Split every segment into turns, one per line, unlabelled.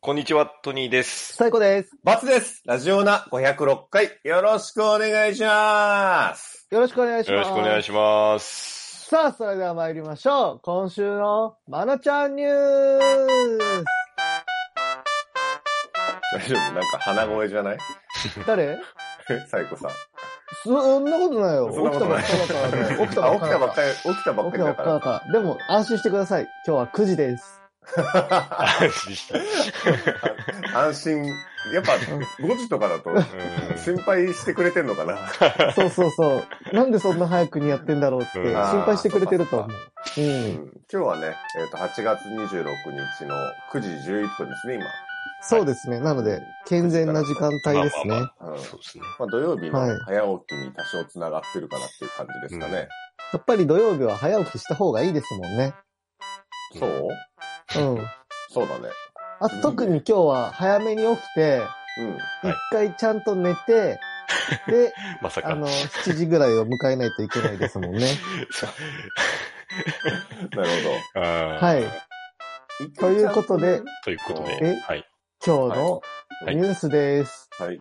こんにちは、トニーです。
最高です。
バツです。ラジオナ506回、よろしくお願いします。
よろしくお願いし
よ
ま
ろ
す。
しくお願いします。
さあ、それでは参りましょう。今週のまなちゃんニュー
大丈夫なんか鼻声じゃない
ス誰
サイコさん。
そんなことないよ。
そんな
起きた
こと
ばっ
ない
かだからね。起きた
あ
ばっかだ
起き
か
たばっかり、起きたば
ら。
っ
起
か
きたばっ
りだ
か
か
だ
ら。
から。でも、安心してください。今日は9時です。
安心した。
安心。やっぱ5時とかだと 心配してくれてんのかな
そうそうそう。なんでそんな早くにやってんだろうって
うん
心配してくれてると思う。う
うん
ん。
今日はね、えっ、と、8月26日の9時11分ですね、今。
そうですね。なので、健全な時間帯です
まあまあま。
ね
うん
あそうですね。
まあ、土曜日の
はい
早起きに多少繋がってるかなっていう感じですかね。
やっぱり土曜日は早起きした方がいいですもんね。
うん
そう
うん。
そうだね。
あと特に今日は早めに起きて、
うん。
はい
一回ちゃんと寝て、 で、
まさ
あの、
か。
7時ぐらいを迎えないといけないですもんね。
なる ほど。
は
はい。
と
と
い
いうう
こ
ことと
で
で、
ということ
え
で、はい。
今日の
はい
ニュースです。
はい。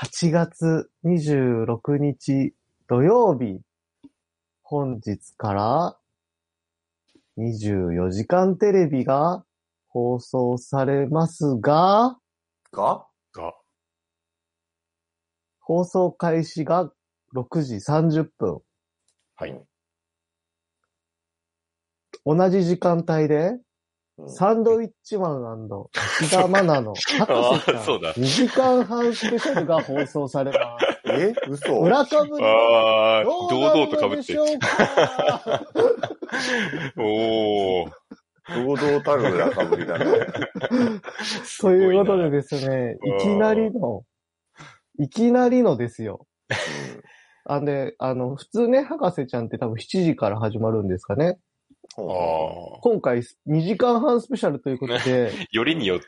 8月26日土曜日、本日から24時間テレビが放送されますが、
が
が、
放送開始が6時30分。
はい。
同じ時間帯で、
うん
サンドウィッチマン石田愛菜の博士ちゃん
あーそうだ
2時間半スペシャルが放送されます。
え嘘
裏かぶりは
ああ、
ど
堂々
う
と
な
か
ん
ぶ
で
っ
してょ。うか
おお。
堂々たる裏かぶり だね。
ということで
ね。
です ね、
うん
いきなりの、いきなりのですよ。あんで、あの、普通ね、博士ちゃんって多分7時から始まるんですかね。
うん
あ
ほ
あ。
今回2時間半スペシャルということで、
よりによっ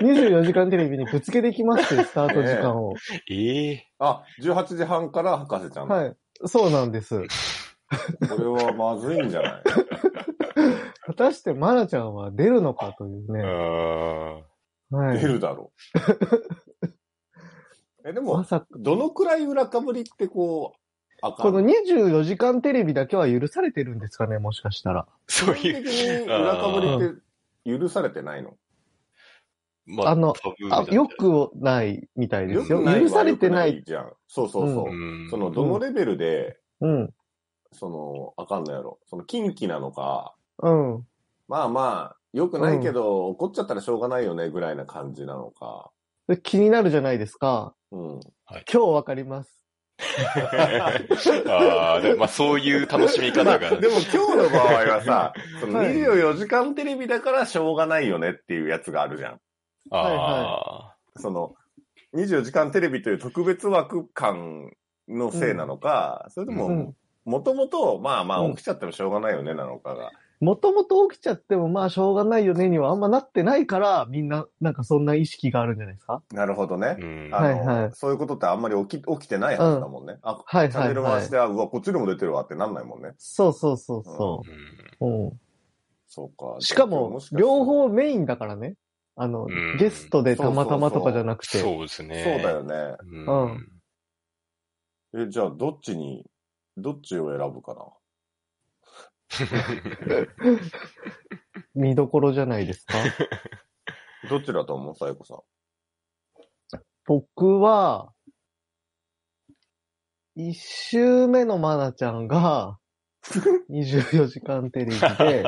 24時間テレビにぶつけてきまして、スタート時間を。
て、ええ。
うあ、18時半から博士ちゃん。
はい。そうなんです。
これはまずいんじゃない
果たしてマナちゃんは出るのかというね。
あ
は
出
い。
るだろう。え、で
ま
も、
さか、
どのくらい裏かぶりってこう、あか
こ
ん
の24時間テレビだけは許されてるんですかね、もしかしたら。
そう
基
い
本
う、
的に裏かぶりって許されてないの
ま
あの、
タブーみたい
あ
な、
よくないみたいですよ。
良くないは
許されてな
良
い。
くじゃん。そうそうそうう。
ん
その、どのレベルで、
うん。
その、あかんのやろ。その、近畿なのか、
うん。
まあまあ、良くないけど、怒っちゃったらしょうがないよね、ぐらいな感じなのか。
で気になるじゃないですか。
うん。
今日わかります。
ああ、でもまあそういう楽しみ
ま
方
あ、
が。
でも今日の場合 はさ、その
はい
24時間テレビだからしょうがないよねっていうやつがあるじゃん。
はい
あ
その、24時間テレビという特別枠感のせいなのか、それと
う
も
ん、
もともと、まあま
う
あ
ん
起きちゃってもしょうがないよねなのかが。
もともと起きちゃっても、まあ、しょうがないよねにはあんまなってないから、みんな、なんかそんな意識があるんじゃないですか
なるほど
あ。
ね。
うん。
あの、
はいはい
そういうことってあんまり起き起きてないはずだもんね。あ、
はい
チャン
は
ネ
い
ル回
は
し
い
て、。あ、うわ、こっちでも出てるわってなんないもんね。
そうそうそうそ
うん
う。うん。
そうか。
しか
も
も
し、したら
両方メインだからね。あの、
うん
ゲストでたまたまとかじゃなくて。
そうです
そう
ね。
だよね。
うん。
うん
え、じゃあ、どっちに、どっちを選ぶかな。
見どころじゃないですか。
どっちだと思うさゆこさん。
僕は、一周目のマナちゃん が、24時間テレビで、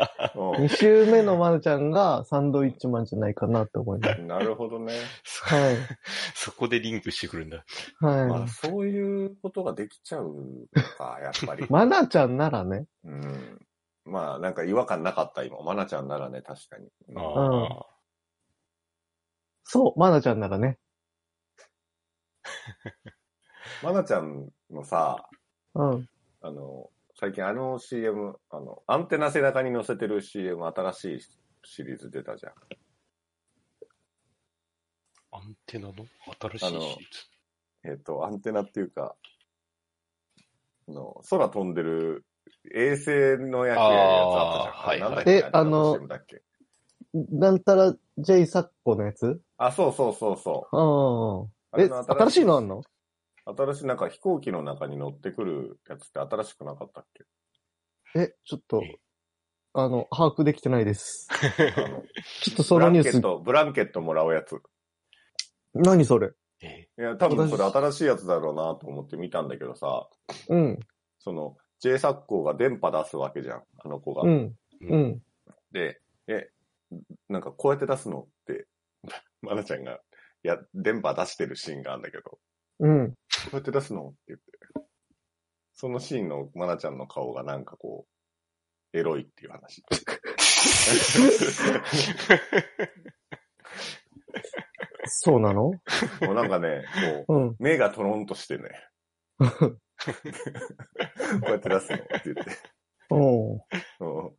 二周目のマナちゃんがサンドイッチマンじゃないかなって思います。
うんなるほどね。
そ
はい。
そこでリンクしてくるんだ。
ま
は
あ、
い。
そういうことができちゃうか、やっぱり。
マナちゃんならね、
うん、まあ、なんか違和感なかった、今。まなちゃんならね、確かに。
あ
うん
あ。
そう、マナちゃんならね。
まなちゃんのさ、
うん。
あの、最近あの CM、あの、アンテナ背中に載せてる CM、新しいシリーズ出たじゃん。
アンテナの新しいシリー
えっ、と、アンテナっていうか、あの空飛んでる衛星の役やるやつあったじゃん。
あーはいはい
れなんだっけ
えあの
CM だっけ
なんたら J サッコのやつ
あ、そうそうそうそ
うん。
う。
え、新しいのあんの
新しい、なんか飛行機の中に乗ってくるやつって新しくなかったっ
え、ちょっと、あの、把握できてないです。
けあの
ちょっと そのニュー
ブランケ
ス
ッ、ト、ブランケットもらうやつ。
何それ
え
いや、多分それ新しいやつだろうなと思って見たんだけどさ、
うん、
その、J サッコーが電波出すわけじゃん、あの子が。
うん、
う。
うんん。
で、え、なんかこうやって出すのって、 まなちゃんが、いや、電波出してるシーンがあるんだけど、こ
うん。
うやって出すのって言って。そのシーンのまなちゃんの顔がなんかこう、エロいっていう話。
そうなの
もうなんかね、こう、
うん。
目がトロンとしてね、こうやって出すのって言って。
おう
うん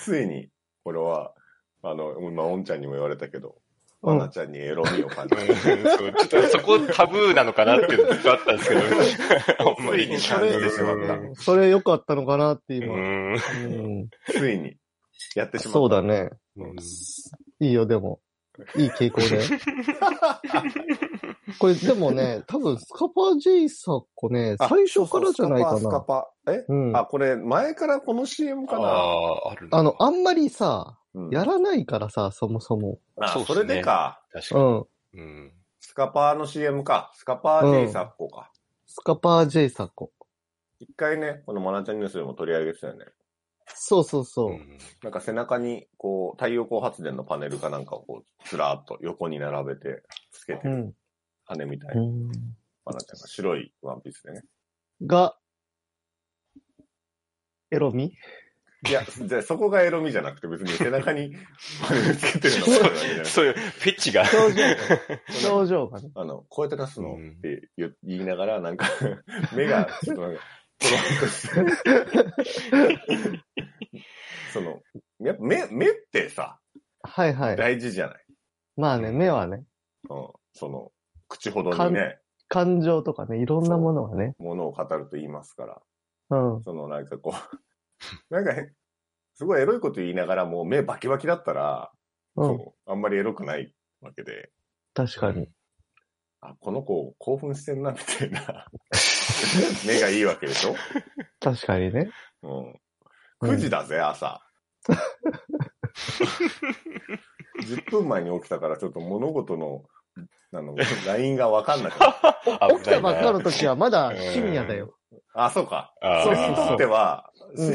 ついに、これは、あの、今、おんちゃんにも言われたけど、
うん
まなちゃんにエロみを感じ
うん
る。
そうちょっとそこタブーなのかなっていうのずっとあったんですけど、 あんまり
ついに感じてしまった
う
それ良かったのかなって今。
ん。
うん。
ついに、やってしまった。
そうだね。
うん
いいよ、でも。いい傾向で。 これ、でもね、多分、スカパー J サッコね、
あ
最初からじゃないか
そうそうスカ
な。
パスカパ。え、
うん。
あ、これ、前からこの CM
あ
かな。
あ、あるな
あの、あんまりさ、
うん
やらないからさ、そもそも。
あ
そうっす
そ
ね
れでか。
確
う
か
ん。
に。うん。
スカパーの CM か。スカパー J サッコか。
スカパー J サッコ。
一回ね、このマナちゃんニュースでも取り上げてたよね。
そうそうそうう。
ん
なんか背中に、こう、太陽光発電のパネルかなんかをこう、ずらーっと横に並べて、つけて
う
る
ん。
羽みたいうな、
ん、
マナちゃんが白いワンピースでね。
が、エロみ
いや、じゃあそこがエロみじゃなくて別に背中に パネルつけてるのがエロいわけじゃない
そういう、フェッチが。
表情、表情がね。
あの、こうやって出すの
うん
って言う言いながら、なんか、 目が、ちょっとなんか、トロンとして。 その、やっぱ目、目ってさ、
はいはい。
大事じゃない、
まあね、目はね、
うん。その、口ほどにね、
感情とかね、いろんなものがね。
ものを語ると言いますから、
うん。
そのなんかこう、 なんかへんすごいエロいこと言いながらもう目バキバキだったら、
うん。
そうあんまりエロくないわけで、
確 かに。
あ、この子興奮してんな、みたいな。目がいいわけでしょ
確かにね。
うん。9時だぜ、朝。10分前に起きたから、ちょっと物事の、あの、ラインがわかんな くなる。
起きたばっかの時はまだ深夜だよ。
あ、そうか。
あ
そ
ー
れにとって
う
は、
ん
し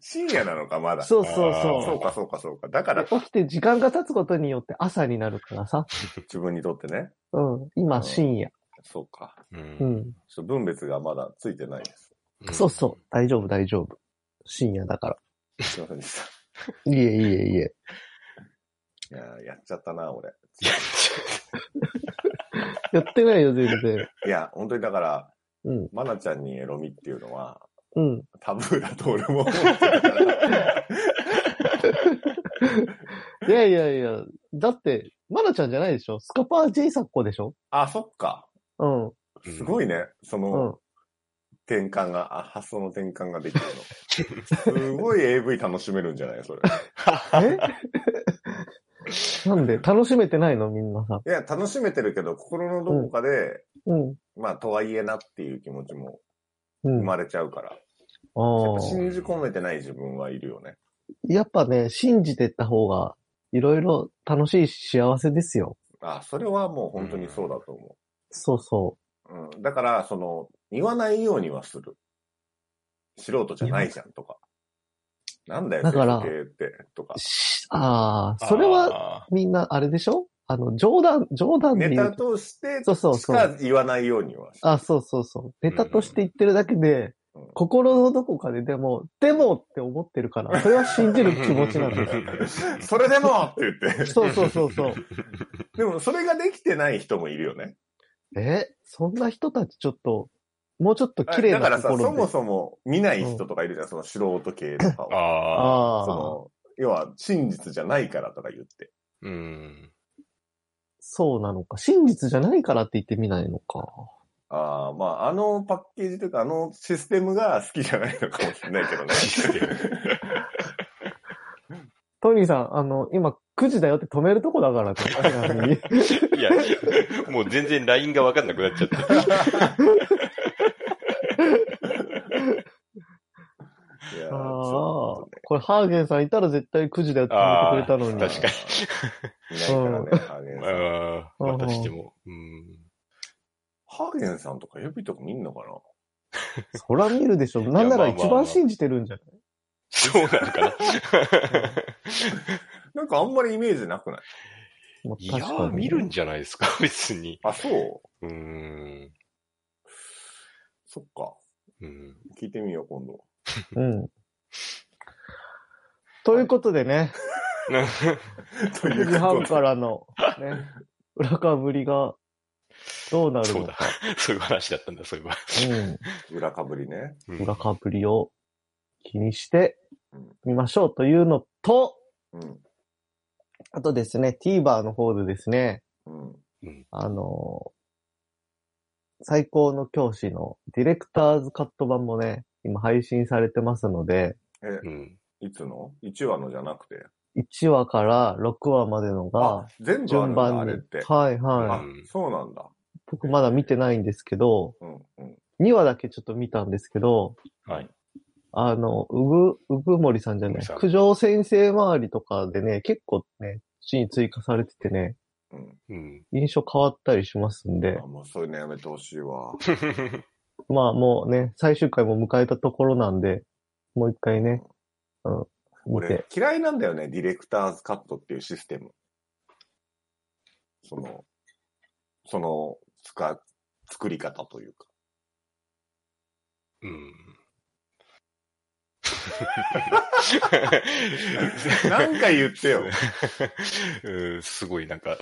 深夜なのか、まだ。そ
そうそう
あー
そう
か、そうか、そうか。だから
う。、起きて時間が経つことによって朝になるからさ。
自分にとってね。
うん。今深夜。
そうか。
う
うんん。
ちょっと分別がまだついてないです。
そうそう。大丈夫大丈夫。深夜だから。
すいませんでし
いえいえいえ。
た。いやー、やっちゃったな、俺。
いや
やってないよ、全然。
いや、本当にだから、
うん。
まなちゃんにエロみっていうのは、
うん。
タブーだと俺も思ってたから。
いやいやいや。だって、マナちゃんじゃないでしょスカパー J サッコでしょ
あ、そっか。
うん。
すごいね。そ
うん
の。転換が、あ発想の転換ができるの。すごい AV 楽しめるんじゃないそれ。
え なんで楽しめてないのみんなさ。
いや、楽しめてるけど、心のどこかで、
うん。
まあ、とはいえなっていう気持ちも
う
生
ん。あ
まれちゃうから。
あ。
信じ込めてない自分はいるよね。
やっぱね、信じてった方が、いろいろ楽しいし幸せですよ。
あ、それはもう本当にそうだと思。
そうそう
うん。だから、その、言わないようにはする。素人じゃないじゃんとか。なんだよ、
だから
整形って、とか
う。。しああ、それは、
は、
みんな、あれでしょあの、冗談、冗談で
ネ
言
タ
う。
として
そうそう
し
そう。
か言わないようには
あ、そうそうそう。ネタとして言ってるだけで、
うん
心のどこかででも、でもって思ってるから、それは信じる気持ちなん だよ。
それでもって言って。
そうそうそうそう。
でも、それができてない人もいるよね。
え、そんな人たちちょっと、もうちょっと綺麗
だか
な
らさ、
心で。
そもそも見ない人とかいるじゃん、その素人系とかを。
ああ。
あ
そ
あ、
の、要は、真実じゃないからとか言って。
うん。
そうなのか。真実じゃないからって言ってみないのか。
ああ、まあ、あのパッケージというか、あのシステムが好きじゃないのかもしれないけどね。
トニーさん、あの、今9時だよって止めるとこだから ねちなみに
いや、もう全然 LINE が分かんなくなっちゃって。
いやー、ち
あ
ょっと
あ、これハーゲンさんいたら絶対9時だよって止めてくれたのに。
確か
ね。いないからね、ハーゲンさん。
ああ、またしても。うん。
ハーゲンさんとか予備とか見んのか
そら見るでしょ。なんなら一番信じてるんじゃない
そうなのか な。
ななんかあんまりイメージなくない
もう
い
確
や
かに
ー、見るんじゃないですか、 別に。
あ、そう
うーん。
そっか。
うん。
聞いてみよう、今度。
うん。ということでね、
とい
9
う
時半
こと
か
で
らの、ね、裏かぶりがどうなる
そう
の
だ
か。。
そういう話だったんだ、そういえば。
裏かぶりね。
う
うんん。裏かぶりを気にして
うん
みましょうというのと、
うん。
あとですね、TVer の方でですね、
うん。
あのー最高の教師のディレクターズカット版もね、今配信されてますので、
え、
うん。
いつの ?1 話のじゃなくて。
1話から6話までのが、、
全部ある
順
んだ、
番
あ
に
れって。。
はいは
あ
い。
うん、
そうなんだ。
僕まだ見てないんですけど、
うん、うん。
2話だけちょっと見たんですけど、
はい。
あの、うぐ、うぐもりさんじゃな
うぐ
い
さん、
九条先生周りとかでね、結構ね、シーン追加されててね、
うん。
うん。
印象変わったりしますんで
あ、もうそういうのやめてほしいわ。
まあもうね、最終回も迎えたところなんで、もう一回ね、うん、見
俺
て。、
嫌いなんだよね、ディレクターズカットっていうシステム。その、その、つか、作り方というか。
うん。
なんか言 ってよ。
うん、すごいなんか、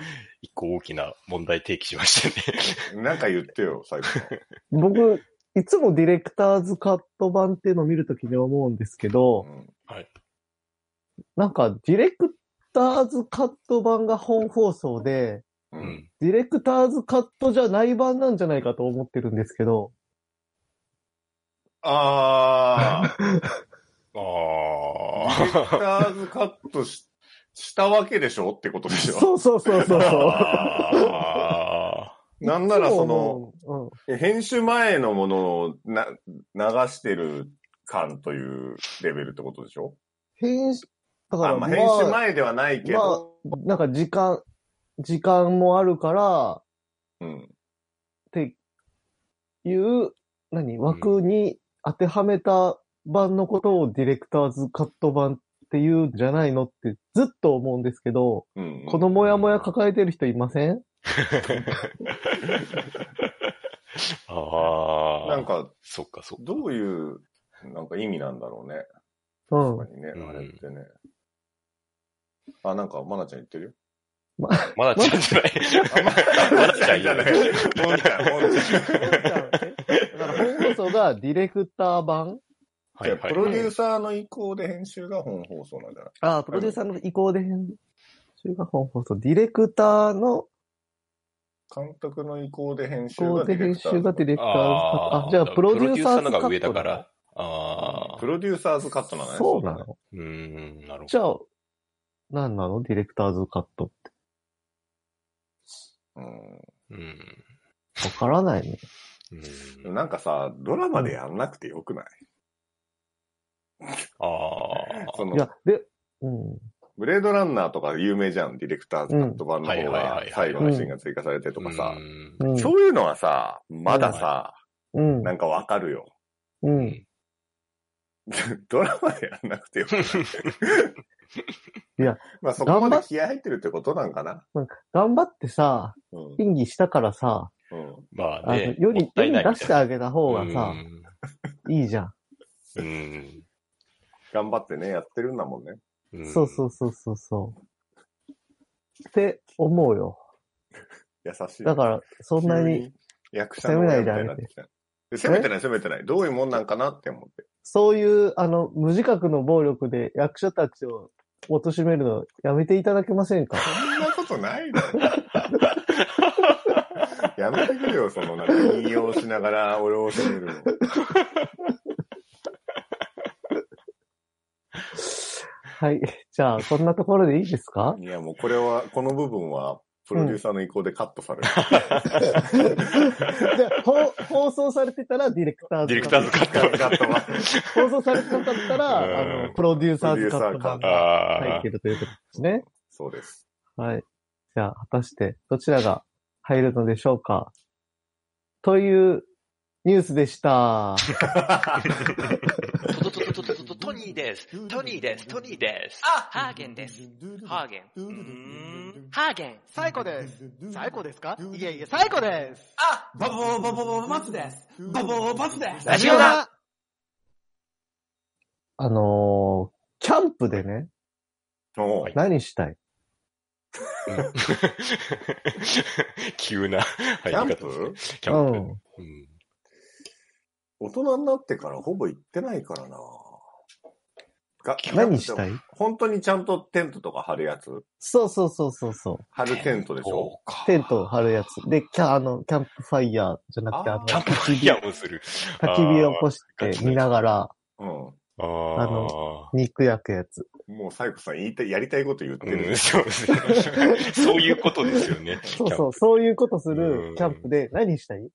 一個大きな問題提起しましたね。
なんか言ってよ、最後。
僕、いつもディレクターズカット版っていうのを見るときに思うんですけど
う、ん。
なんかディレクターズカット版が本放送で、
う
う。
んん。
ディレクターズカットじゃない版なんじゃないかと思ってるんですけど、
あー。
あ
ディレクタ
あ。
ーズカットししたわけでしょってことでしょ。
そうそうそうそうそう。
あ
なんならその、
の、
編集前のものをな流してる感というレベルってことでしょ
うん、編集、だから、
あまあ、編集前ではないけ
まあ
ど、、
なんか時間、時間もあるから、
うん。
っていう、何、枠に当てはめた版のことをディレクターズカット版っていうんじゃないのってずっと思うんですけど、
うん、
このモヤモヤ抱えてる人いませ ん
あ。ああ。
なん、か、
そっかそっか。
どういう、なんか意味なんだろうね。
うん
確か。にね、
うん
あれってね。あ、なんか、まなちゃん言ってるよ。
まだちゃんじゃない。まだちゃんじゃない。
もんちゃん、もんちゃん。
だから本放送がディレクター版
はいはい。
プロデューサーの意向で編集が本放送なんじゃない
ああ、プロデューサーの意向で編集が本放送。ディレクターの
監督の意向で編
意
集
向
が
で
ディレ
編
クタ
集
ー
が
ズ
ディレクターズカット。
あ
あ
あ、
じゃあプロデューサーズ
プロデューサーの
カ
が
ッ
上
ト
だか
だ
ら。ああ。
プロデューサーズカットなのね。
そうなの
うーん、なるほ
じ
ど。
ゃあ、何なのディレクターズカットって。
そうだね
うん。
わからないね。
うん
うん。なんかさ、ドラマでやんなくてよくない
あ
そ
い
の
や、、で、うん。
ブレードランナーとか有名じゃん。ディレクターズカット版の
うんは
方
いはい
が
はい
最後のシーンが追加されてと
あ。
かさ
う。ん
うん。
そういうのはさ、まださ、
うん。
なんかわかるよ。
うん。
ドラマでやんなくてよくない
いや、
まあそこまで気合入ってるってことなんかな。
頑張ってさ、
うん。うん。
演技したからさ、
まあ
あの、
ね。
世
も
に
っ、た
世
い
に
な
出
いみい
したて
な
あげた方がさ、いいじゃ
うん。
頑張ってね、やってるんだもんね。
うん
ん。そうそうそうそうそう。って思うよ。
優しい。
だから、そんな
急
に、。
役者の親みたいになってきた。責めてない、責めてない。どういうもんなんかなって思って。
そういう、あの、無自覚の暴力で役者たちを貶める のやめていただけませんか
そんなことないだろ。やめてくれよ、その、なんか引用しながら俺を責めるの。
はい。じゃあ、そんなところでいいですか
いや、もうこれは、この部分は、プロデューサーの意向でカットされ
で
る。
放放送されてたらディレクターズ。
ディレクターズカット。
カットは
放送されてなかったら、あ
うん
の、プロデューサーズカット版
プロデューサーカッ
が
ト
入
あ
ってるということですね。
そうです。
はい。じゃあ、果たしてどちらが入るのでしょうかというニュースで した。
トトトトトトトトニーです。トニーです。トニーです。
あハーゲンです。
ハー
ハー
ゲ
ゲ
ン
ン。。
うー
う
ん
ん。
ハーゲン。
最高です。最高ですかいえいえ、
最
最
高
高
で
ですす。あバボーバボーバツです。バボーバツです。
ラジオだ
あのー、キャンプでね、
おう
はい
何したい
うん 急な
キ
入り方
ャン
ですね
プ
キャンプ。
うん
うん
大人になってからほぼ行ってないからなが
何したい
本当にちゃんとテントとか張るやつ
そうそうそうそうそう。
張るテントでしょ
そうか
テントを張るやつ。で、キャ、あの、キャンプファイヤーじゃなくて、
あ
あ
ー
の、
キャンプファイヤーをする。
焚き火を起こし
あー
て見ながら
うん。
あー
あの肉焼くやつ。
もうサイコさん言いたい、やりたいこと言ってる、
うん、そうですね。そういうことですよね。
そうそう、
キ
そういうことす
う
る
ん
キャンプで何したい
ャンプ。うん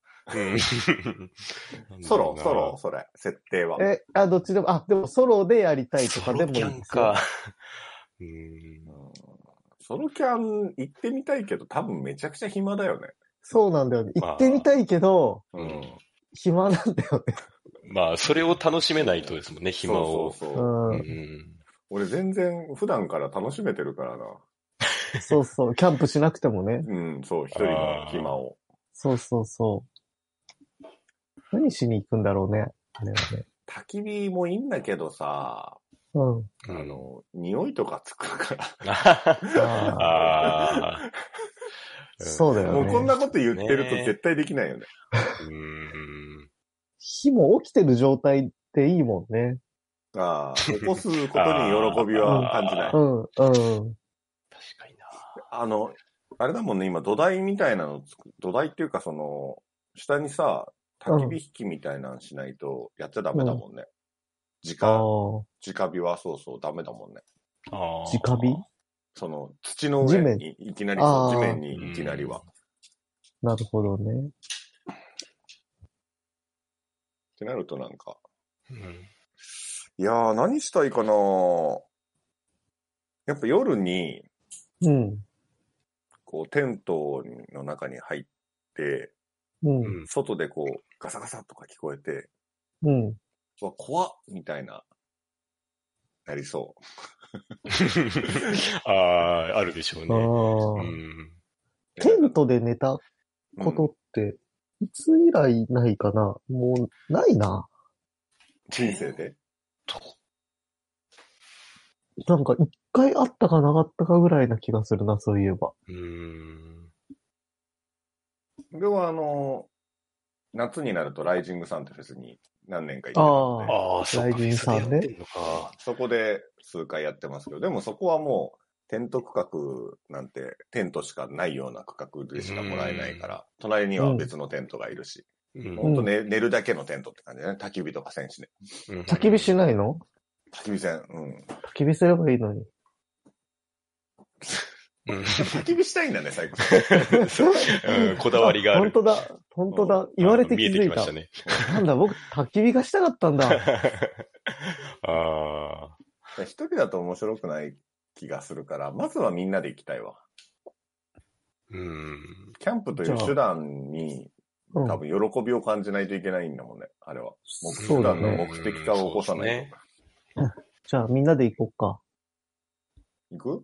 ソロ、ソロ、。 それ、設定は。
え、あ、どっちでも、あ、でもソロでやりたいとかでもいい
ソロキャ
で
ン
すよ
か。うん
う。んソロキャン行ってみたいけど、多分めちゃくちゃ暇だよね。
そうなんだよね。
まあ
行ってみたいけど、
うん
暇なんだよね。
まあ、それを楽しめないとですもんね、暇を。
そうそう
う
そう。
ん。
うん
俺全然普段から楽しめてるからな。
そうそう。キャンプしなくてもね。
うん、そう、一人の暇を。
そうそうそう。何しに行くんだろうね。あれはね。
焚き火もいいんだけどさ、
うん。
あの、匂いとかつくから。
あ
ああ。
ーそうだよ
も
ね。
うこんなこと言ってると絶対できないよね。
うん。
火も起きてる状態でいいもんね。
ああ、起こすことに喜びは感じない。
う
うん、うん。
確かにな。
あの、あれだもんね、今土台みたいなのつく、土台っていうかその、下にさ、焚き火引きみたいなのしないとやっちゃダメだもんね。
ああ
直、直火はそうそうダメだもんね。
あー
直火
その、土の上に、いきなりそう、
あー
地面にいきなりは。
う
っ
ん
なるほどね。
てなるとなんか、
うん
いやー、何したいかなやっぱ夜に、
うん、
こう、テントの中に入って、
うん、
うん
外でこう、ガサガサとか聞こえて、
うん。
うわ、怖っみたいな、なりそ
ああ、あるでしょう
あ
ね。う
あ。
ん。
う。
テントで寝た
うん
ことって、いつ以来ないかなもう、ないな。
人生で
なんか、一回あったかなかったかぐらいな気がするな、そういえば。
うん。
俺はあの、夏になるとライジングさんってフェスに何年か行ってたんで
あ
ああ、そうか。
ライジンさんね
フェスでやってのか。
そこで数回やってますけど、でもそこはもう、テント区画なんて、テントしかないような区画でしかもらえないから、隣には別のテントがいる
うん
し、ほんと寝寝るだけのテントって感じだね。焚き火とか戦士ね。
焚き火しないの
焚き火戦、うん。
焚き火すればいいのに。
うん
焚き火したいんだ ね、最後。う
そううんこだわりがあ
本
る。
当だ、本当
う
だ、言われて気
見えて
づ
き
い
ま
た
し。たね。
なんだ、僕、焚き火がしたかった んだ。
ああ。
ん一人だと面白くない気がするから、まずはみんなで行きたいわ。
うん。
キャンプとい
じゃ
う
あ
手段に、
うん
多分喜びを感じないといけないんだもんね、あれは。目
そう
普
だ
段の
ね
目的化を起こさないと。
うん
じゃあ、みんなで行こっか。
行
う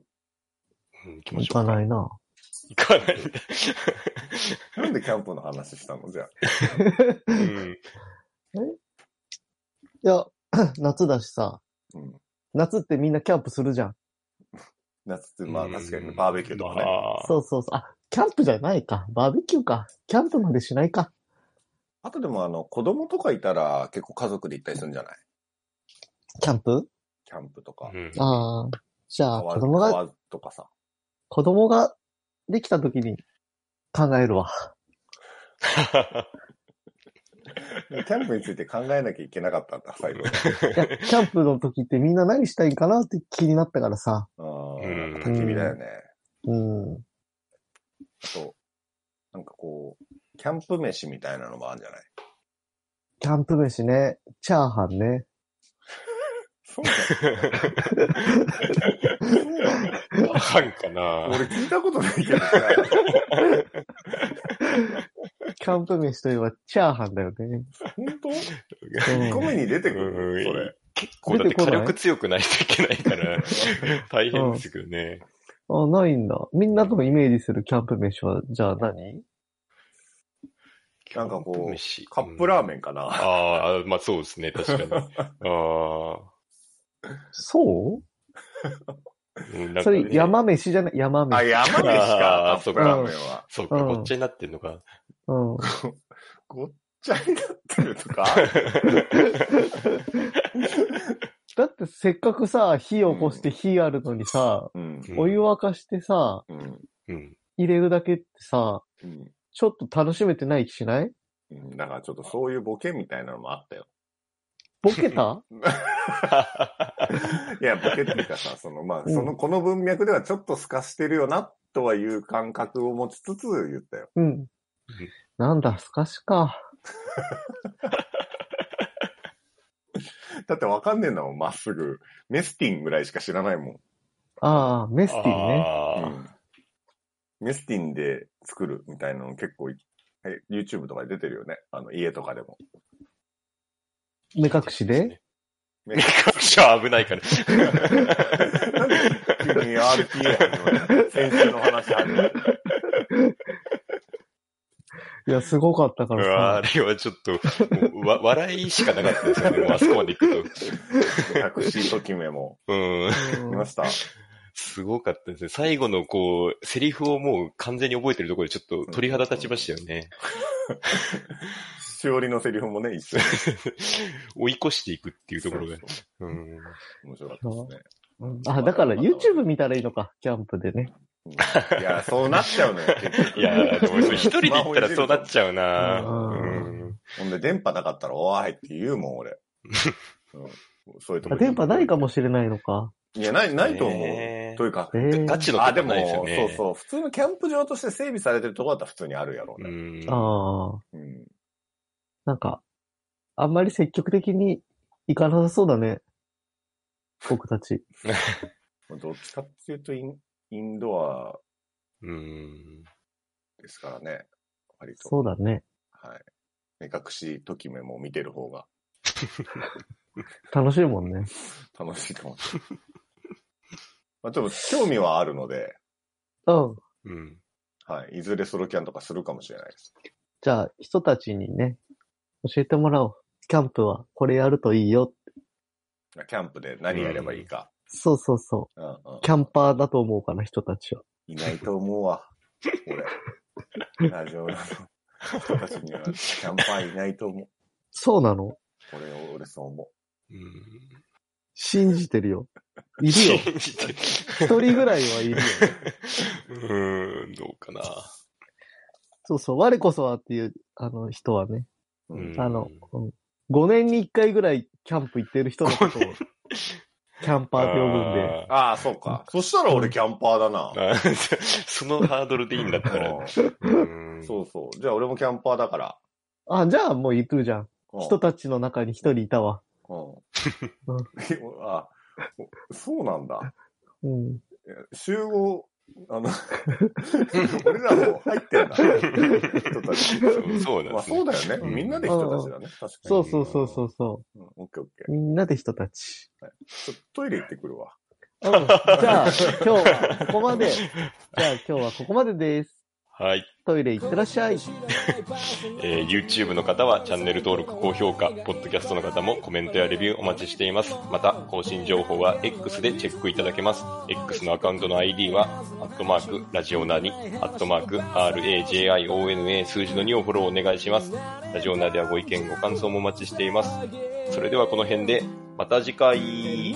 ん行きま
行
しょ
か
うか。
ないな。
行かない。
くなんでキャンプの話したのじゃあ。
うん
いや、 夏だしさ、
うん
夏ってみんなキャンプするじゃん。
夏って、まあ確かにバーベキューとかね。
まあ
そうそうそう。あ、キャンプじゃないか。バーベキューか。キャンプまでしないか。
あとでもあの、子供とかいたら結構家族で行ったりするんじゃない
キャンプ
キャンプとか。
うん
ああ。じゃあ、
川
子供が、
川とかさ。
子供ができた時に考えるわ。
キャンプについて考えなきゃいけなかったんだ、 最後。
いや、キャンプの時ってみんな何したいかなって気になったからさ。
ああ、
うん
なんか焚き火だよね。
うん。
あと、なんかこう、キャンプ飯みたいなのもあるんじゃない
キャンプ飯ね。チャーハンね。
そうだ。
ハンかな
俺聞いたことないけどさ。
キャンプ飯といえばチャーハンだよね。
本当
うん
?1 個目に出てく
うん
るそれ。
結構だって火力強くないといけない から、大変ですけどね。
あ、ないんだ。みんなとイメージするキャンプ飯は、じゃあ何
なんかこう
キャンプ飯
カップラー
ン。
メンかな。
ああ、まあそうですね、 確かに。ああ
そ
うん、な
うん
か
そ
ね
れ山飯じゃない山
あ、
飯。
山飯か
あ、ー
カ
そ
ッ
う
プ
か
ラーメンは。
そうか、
うん
ごっちゃになってんのか。
うん。
ごっちゃになってると か。
だってせっかくさ、火起こして火あるのにさ、
うん。
うん
お湯沸かしてさ、
うん。
うん。
入れるだけってさ、
うん
ちょっと楽しめてない気しない
うん。だからちょっとそういうボケみたいなのもあったよ。
ボケた
いや、ボケっていうかさ、そ の、まあ、
うん
その、この文脈ではちょっと透かしてるよな、とはいう感覚を持ちつつ言ったよ。
うん。なんだ、すかしか。
だってわかんねえんだもん、まっすぐ。メスティンぐらいしか知らないもん。
ああ、メスティンね。
あー
メスティンで作るみたいなの結構い、え YouTube とかで出てるよね。あの、家とかでも。
目隠しで
目隠しは危ないから。
なんで急に RTA 始まるの先週の話始まる。
いや、すごかったか
うわあ
らさ。
れはちょっと、もうわ笑いしかなかったですよね、もうあそこまで行くと。
タクシーときめも。
うん。
う
い
ん
ま した。
すごかったですね。最後のこう、セリフをもう完全に覚えてるところでちょっと鳥肌立ちましたよね。
しおりのセリフもね、一緒に。
追い越していくっていうところが。
そうそう
うん。
面白かったですね。
あ、だから YouTube 見たらいいのか、キャンプでね。
いや、そうなっちゃうのよ、結局。
いやーでもそれ一人で行ったらそうなっ
ゃ
ちゃうな
うん
うん
う。ほんで、電波なかったら、おーいって言うもん、俺。うん、そういうとこ
あ電波ないか
も。
もしれないのか。
いや、ない、ないと思う。
ね
というか
え、ー、
ガチの
あ、
と
で
こないですよ
も、
ね。
そうそう。普通のキャンプ場として整備されてるとこだったら普通にあるやろう
う
ね。
ん。
ああ、
うん。
なんか、あんまり積極的に行かなさそうだね。僕たち。
どっちかっていうとイン、インドア
うん。
ですからね。割と。
そうだね。
はい。目隠しときめも見てる方が
楽しいもんね。
楽しいかもしれ ない。まあ、でも、興味はあるので、
うん。
うん。
はい。いずれソロキャンとかするかもしれないです。
じゃあ、人たちにね、教えてもらおう。キャンプはこれやるといいよ。
キャンプで何やればいいか。
そうそうそ
うんうん
う。キャンパーだと思うかな、人たちは。
いないと思うわ。 俺。ラジオの人たちにはキャンパーいないと思う。
そうなの
俺、俺そう思
うん
信じてるよ。い るよ。
信じてる
一人ぐらいはいるよ。
うーん、どうかな。
そうそう。我こそはっていう、あの、人はね。
う。う
うん
ん。
あの、うん、5年に1回ぐらいキャンプ行ってる人のことを、キャンパーって呼ぶんで。
あ
ああ、そうか。そしたら俺キャンパーだな。
ー。あーそのハードルでいいんだったら。
う
うん
んそうそう。じゃあ俺もキャンパーだから。
あ、じゃあもういるじゃん。
うん
人たちの中に一人いたわ。
うん。あそうなんだ。
うん。
集合、あの、俺らも入ってんだ。人たち。
そうそうなん
まあ
です
そ
ね
う。だよね。みんなで人たちだね。確かに。
そうそうそうそうそ
うん。オッケーオッケ
う。みんなで人たち。
ー。ちょっとトイレ行ってくるわ。
うん、じゃあ、今日はここまで。じゃあ今日はここまでです。
はい。
トイレ行ってらっしゃい。
えー YouTube の方はチャンネル登録、高評価、Podcast の方もコメントやレビューお待ちしています。また、更新情報は X でチェックいただけます。X のアカウントの ID は、アットマーク、ラジオナに、アットマーク、RAJIONA 数字の2をフォローお願いします。ラジオナではご意見、ご感想もお待ちしています。それではこの辺で、また次回。